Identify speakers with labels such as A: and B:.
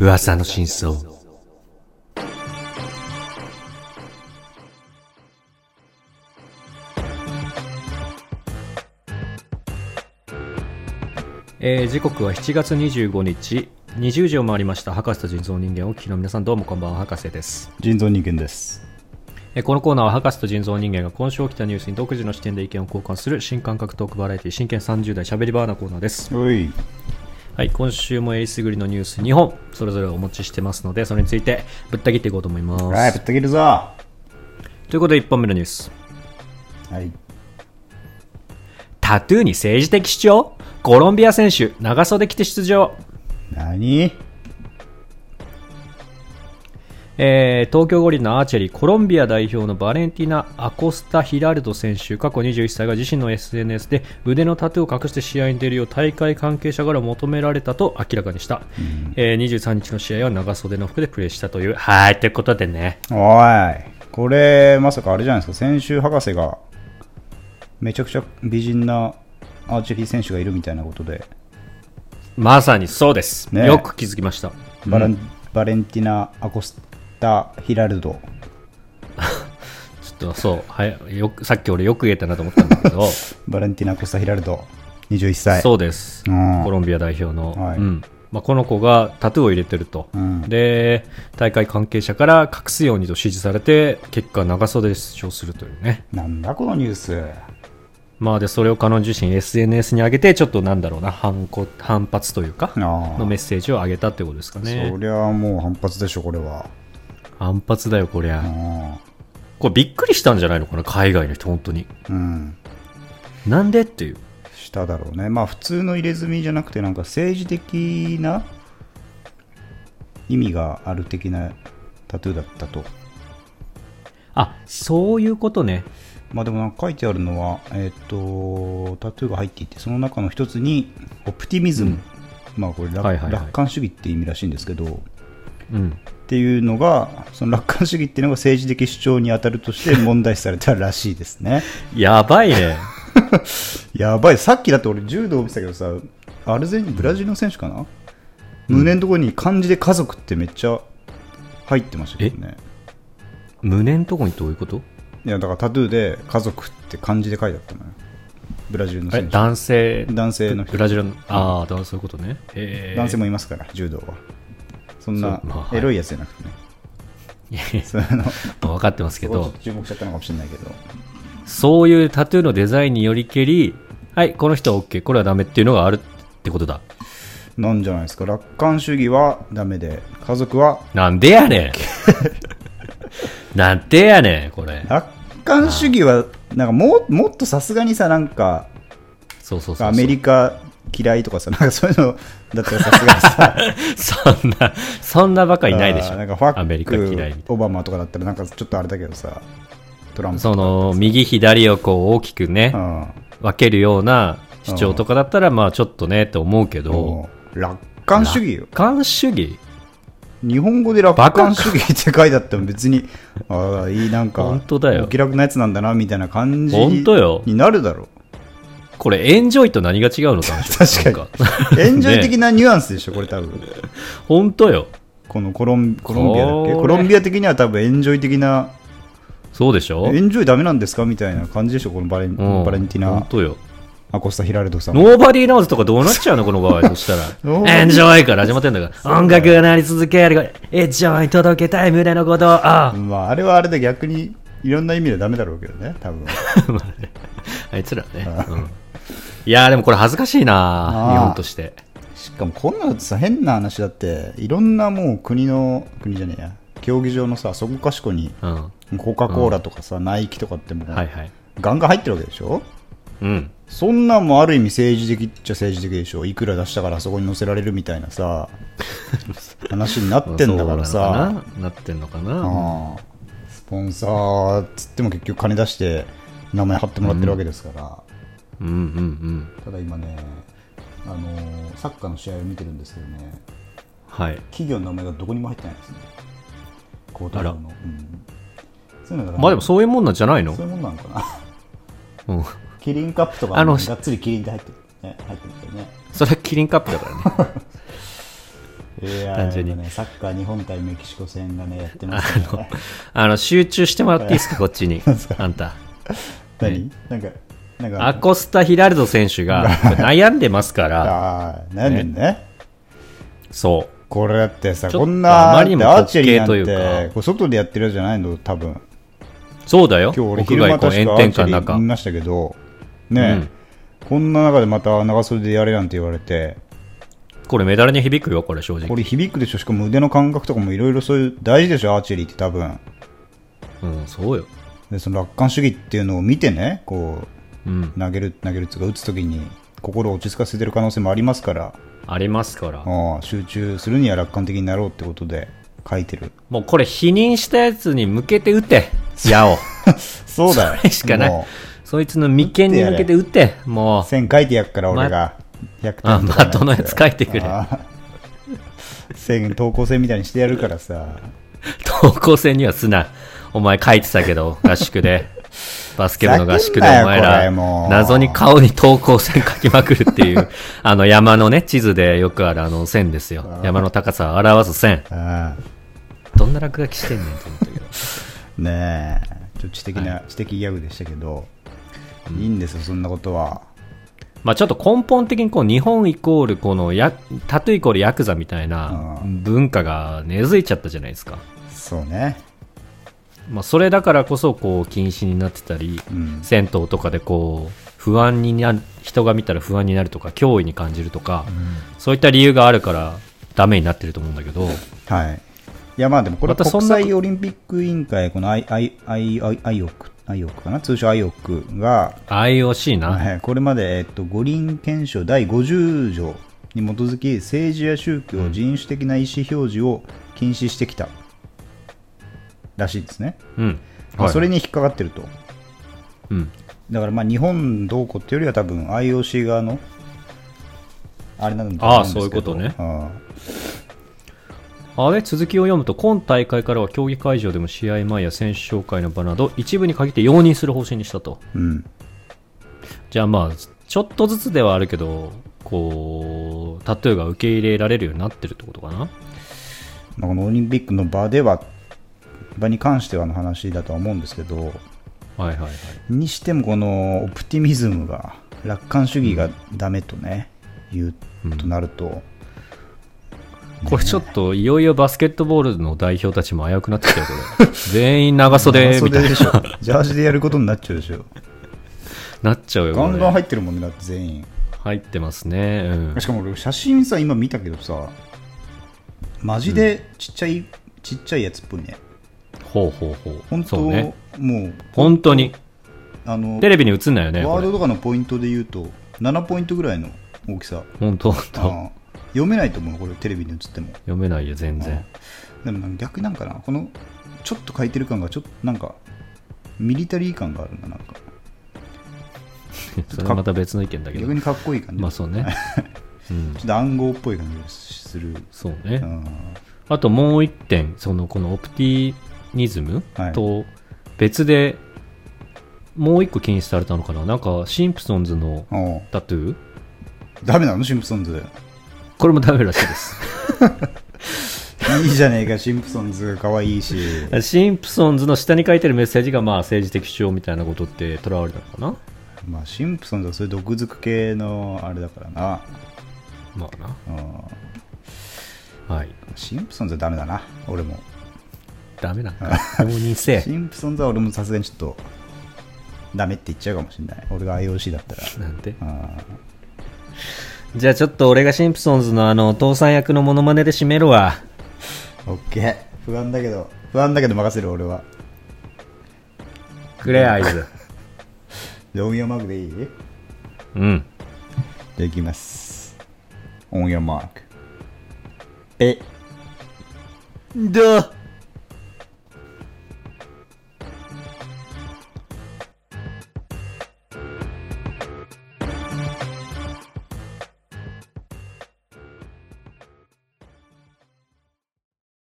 A: 噂の真相
B: えー時刻は7月25日20時を回りました博士と人造人間をお聞きの皆さんどうもこんばんは博士です、
C: 人造人間です。
B: えーこのコーナーは博士と人造人間が今週起きたニュースに独自の視点で意見を交換する新感覚トークバラエティ真剣30代しゃべりバーナコーナーです
C: おい。
B: はい今週もえりすぐりのニュース2本それぞれお持ちしてますのでそれについてぶった切っていこうと思います、
C: はい、ぶった切るぞ。は
B: ということで1本目のニュース
C: い。
B: タトゥーに政治的主張コロンビア選手長袖着て出場
C: 何
B: えー東京五輪のアーチェリーコロンビア代表のバレンティナ・アコスタ・ヒラルド選手過去21歳が自身の SNS で腕のタトゥーを隠して試合に出るよう大会関係者から求められたと明らかにした、えー23日の試合は長袖の服でプレーしたというはいということでね
C: おい。これ、まさかあれじゃないですか。先週、博士が、めちゃくちゃ美人なアーチェリー選手がいるみたいなことで、
B: まさにそうです、
C: ね
B: よく気づきました
C: バランバレンティナ・アコスタ・ヒラルド。
B: ちょっとそうはいよくさっき俺よく言えたなと思ったんだけ ど
C: バレンティナ・アコスタ・ヒラルド、21歳。
B: そうです、
C: うん
B: コロンビア代表の、
C: はい
B: うんまあ、この子がタトゥーを入れてると、
C: ん
B: で大会関係者から隠すようにと指示されて結果、長袖で出場するというね、
C: なんだこのニュース。
B: まあ、でそれを彼女自身 SNS に上げてちょっとなんだろうな反抗反発というか
C: あー
B: のメッセージを上げたってことですかね
C: そりゃもう反発でしょ、これは。
B: 反発だよ、こりゃ、
C: うん
B: これびっくりしたんじゃないのかな海外の人、本当に。
C: うん。
B: なんでっていう
C: しただろうね、まあ普通の入れ墨じゃなくて、なんか政治的な意味がある的なタトゥーだったと。
B: あそういうことね
C: まあでもなんか書いてあるのは、えっ、と、タトゥーが入っていて、その中の一つに、オプティミズム、まあこれ楽、
B: はいはいはい
C: 楽観主義って意味らしいんですけど、っ
B: うん
C: ていうのが、その楽観主義っていうのが政治的主張に当たるとして問題視されたらしいですね。
B: やばいね
C: やばい、さっきだって俺、柔道見てたけどさ、アルゼンチン、ブラジルの選手かな、胸のところに漢字で家族ってめっちゃ入ってましたけどね。
B: 胸のとこにどういうこと
C: いや、だからタトゥーで家族って漢字で書いてあったのよ。ブラジルの
B: え
C: 選手。
B: 男性
C: 男性の人
B: ブラジルのああだからそういうことねへえ
C: 男性もいますから、柔道は。そんな
B: そうまあはい
C: エロいやつじゃなくてね。
B: いやいや
C: その
B: まあ分かってますけ
C: ちょっ
B: ど
C: と注目しちゃったのかもしれないけど。
B: そういうタトゥーのデザインによりけりはいこの人は OK これはダメっていうのがあるってことだ
C: なんじゃないですか、楽観主義はダメで、家族は
B: なんでやねんなんでやねんこれ
C: 楽観主義は、なんかもうもっとさすがにさ、なんか、
B: そうそうそうそう
C: アメリカ嫌いとかさ、なんかそういうのだったらさすがに さ、
B: そんなそんなバカいないでしょ
C: あーなんかファ
B: アメリカ嫌いみたい
C: ック、オバマとかだったら、なんかちょっとあれだけどさ、トラン
B: な
C: プ。
B: その右左をこう大きくね
C: うん
B: 分けるような主張とかだったらまあちょっとねって思うけど
C: もう楽観主義よ。
B: 感主義
C: 日本語で楽観主義って書いてあっても別に、ああ、いい、なんか、
B: 本当だよ
C: お気楽なやつなんだな、みたいな感じ
B: 本当よ
C: になるだろ
B: これエンジョイと何が違うのか
C: 確かう。エンジョイ的なニュアンスでしょ、これ多分。
B: 本当よ
C: このコロンコロンビアだっ
B: こ
C: け
B: れ
C: コロンビア的には多分エンジョイ的な、
B: そうでしょ
C: エンジョイダメなんですかみたいな感じでしょ、このバレン,、
B: うん
C: バレンティ
B: 本
C: ナ・
B: 当よ
C: アコスタ・ヒラルドさんは
B: ノーバディーナウズとかどうなっちゃうのこの場 合そしたら
C: ノーバディ
B: エンジョイから始まってんだから音楽が鳴り続けるエンジョイ届けたい胸のことあ あ
C: まあ、あれはあれで逆にいろんな意味でダメだろうけどね、多分。
B: あいつらね、うんいやーでもこれ恥ずかしいな
C: あー
B: 日本として
C: しかもこんなのさ、変な話だって、いろんなもう国の、国じゃねえや、競技場のさ、そこかしこに、
B: うんは
C: コカ・コーラとかさ、ナイキとかってもう、
B: いはい
C: ガンガン入ってるわけでしょ
B: うん
C: そんなんもある意味政治的っちゃ政治的でしょいくら出したからあそこに載せられるみたいなさ、話になってんだ から
B: そうな
C: さ
B: の、かななってんのかな
C: ああスポンサーっつっても結局金出して名前貼ってもらってるわけですから。
B: うんうんうん
C: ただ今ね、あのーサッカーの試合を見てるんですけどね、
B: はい
C: 企業の名前がどこにも入ってないんですね、コート上の。うんそういうのが
B: まあでもそういうもんなんじゃないの
C: そういうもんなのかな。
B: うん
C: キリンカップとか
B: あの
C: がっつりキリンで入ってる、ね、入ってるんだよね。
B: それはキリンカップだからね
C: いやー
B: 単純に
C: あのねサッカー日本対メキシコ戦がね、やって ま
B: あ
C: すから
B: の
C: ね。、
B: あの集中してもらっていいですか、こっち に。あんた。
C: 何なんか、なんか、
B: アコスタ・ヒラルド選手 が悩んでますから、
C: あー悩んでんね。
B: そ
C: これだってさ、
B: ちょっと
C: こんな、
B: あ
C: だ
B: ま
C: っ
B: りに
C: て
B: も
C: アーチェリーなん
B: 滑稽という
C: て
B: か、
C: これ外でやってるやつじゃないの、多分
B: う。そうだよ。
C: 今日俺、
B: 屋
C: 昼間
B: 外こう
C: 確か
B: 炎
C: アー
B: 天
C: チ
B: 下
C: ェリ
B: の
C: ー
B: 中
C: 見。ましたけど、ね、こんな中でまた長袖でやれなんて言われて、
B: これメダルに響くよ、これ正直
C: こ。れ響くでしょ、しかも腕の感覚とかもいろいろそういう、大事でしょ、アーチェリーって多分
B: うん、そうよ。
C: でその楽観主義っていうのを見てね、こう、
B: うん、
C: 投げる、投げるっていうか、打つときに心を落ち着かせてる可能性もありますから、
B: ありますから。
C: ああ集中するには楽観的になろうってことで書いてる。
B: もうこれ否認したやつに向けて打て、矢を。
C: そうだよ。
B: それしかない
C: も。
B: そいつの眉間に向けて打て、
C: う
B: もう。
C: 線書いてやっから、俺が。100点
B: あ、
C: と
B: ま
C: か
B: あ、どのやつ書いてくれ。
C: ああ線、投稿線みたいにしてやるからさ。
B: 投稿戦にはすな。お前書いてたけど、合宿で。バスケ部の合宿でお
C: ふざけんなよ
B: 前
C: こ
B: ら
C: れも、う
B: 謎に顔に投稿線書きまくるっていう、 あの山のね、地図でよくあるあの線ですよ。山の高さを表す線。
C: ああ
B: どんな落書きしてんねんと思ったけど。
C: ねえ。ちょっと知的な、知的ギャグでしたけど、いいんですよ、そんなことは。
B: まあ、ちょっと根本的にこう日本イコールこのやタトゥーイコールヤクザみたいな
C: う
B: 文化が根付いちゃったじゃないですか、
C: そうね。
B: まあ、それだからこそこう禁止になってたり、
C: うん。
B: 銭湯とかでこう不安になる人が見たら不安になるとか脅威に感じるとか、そういった理由があるからダメになってると思うんだけど
C: はい。いや、まあでもこれは
B: またそ
C: 国
B: んな
C: 際オリンピック委員会、この I- I- I- I- IOC、IOC かな通称 IOC が、
B: IOC な、
C: はい、これまで、えっと、五輪憲章第50条に基づき政治や宗教、人種的な意思表示を禁止してきたらしいですね、
B: うん
C: まあ
B: はい
C: それに引っかかってると
B: うん
C: だからまあ日本どうこうっていうよりは多分 IOC 側のあれなんだ
B: ああ
C: と思んですけど
B: そういうこと
C: あ
B: あれ続きを読むと今大会からは競技会場でも試合前や選手紹介の場など一部に限って容認する方針にしたと
C: あうん
B: じゃあまあちょっとずつではあるけどこうタトゥーが受け入れられるようになってるってことかな
C: まあ、このオリンピックの場では場に関してはの話だとは思うんですけど
B: はいはいはい
C: にしてもこのオプティミズムが楽観主義がダメとね、言うとなると、
B: これちょっといよいよバスケットボールの代表たちも危うくなってきたよこれ 全員長袖みたい
C: でし ょジャージでやることになっちゃうでしょ
B: なっちゃうよ
C: ガ
B: こ
C: ンガン
B: れ
C: 入ってるもんねだって全員
B: 入ってますね、うん、
C: しかも俺写真さ今見たけどさマジでちっちゃい、ちっちゃいやつっぽいね
B: ほうほうほう
C: 本当
B: そうね
C: もう
B: 本当に
C: あの
B: テレビに映んないよね
C: ワ
B: こ
C: ー
B: れ
C: ドとかのポイントで言うと7ポイントぐらいの大きさ
B: 本当本当
C: あー読めないと思うこれテレビに映っても
B: 読めないよ全然
C: でもなんか逆になんかなこのちょっと書いてる感がちょっとなんかミリタリー感があるななんか
B: それはまた別の意見だけど
C: 逆にかっこいい感じ、
B: まあそうね うん
C: ちょっと暗号っぽい感じがする、
B: そうね、
C: うん、
B: あともう一点、そのこのオプティニズム
C: はい
B: と別で、もう一個禁止されたのかな、なんかシンプソンズの
C: おう
B: タトゥー、
C: ダメなのシンプソンズ
B: これもダメらしいです。
C: いいじゃね えかシンプソンズ可愛いし
B: シンプソンズの下に書いてるメッセージがまあ政治的主張みたいなことってとらわれたのかな、
C: まあシンプソンズはそういう毒づく系のあれだからな、
B: まあ
C: うん、
B: な、はい、
C: シンプソンズはダメだな俺も
B: ダメなんか、容認せえ
C: シンプソンズは俺もさすがにちょっとダメって言っちゃうかもしれない俺が IOC だったら
B: なんて
C: あ
B: じゃあちょっと俺がシンプソンズのあの父さん役のモノマネで締めるわ
C: オッケー不安だけど不安だけど任せる俺は
B: くれ合図
C: 音読マークでいいじ
B: うん
C: ゃあいきます É 音読マークペ
B: だ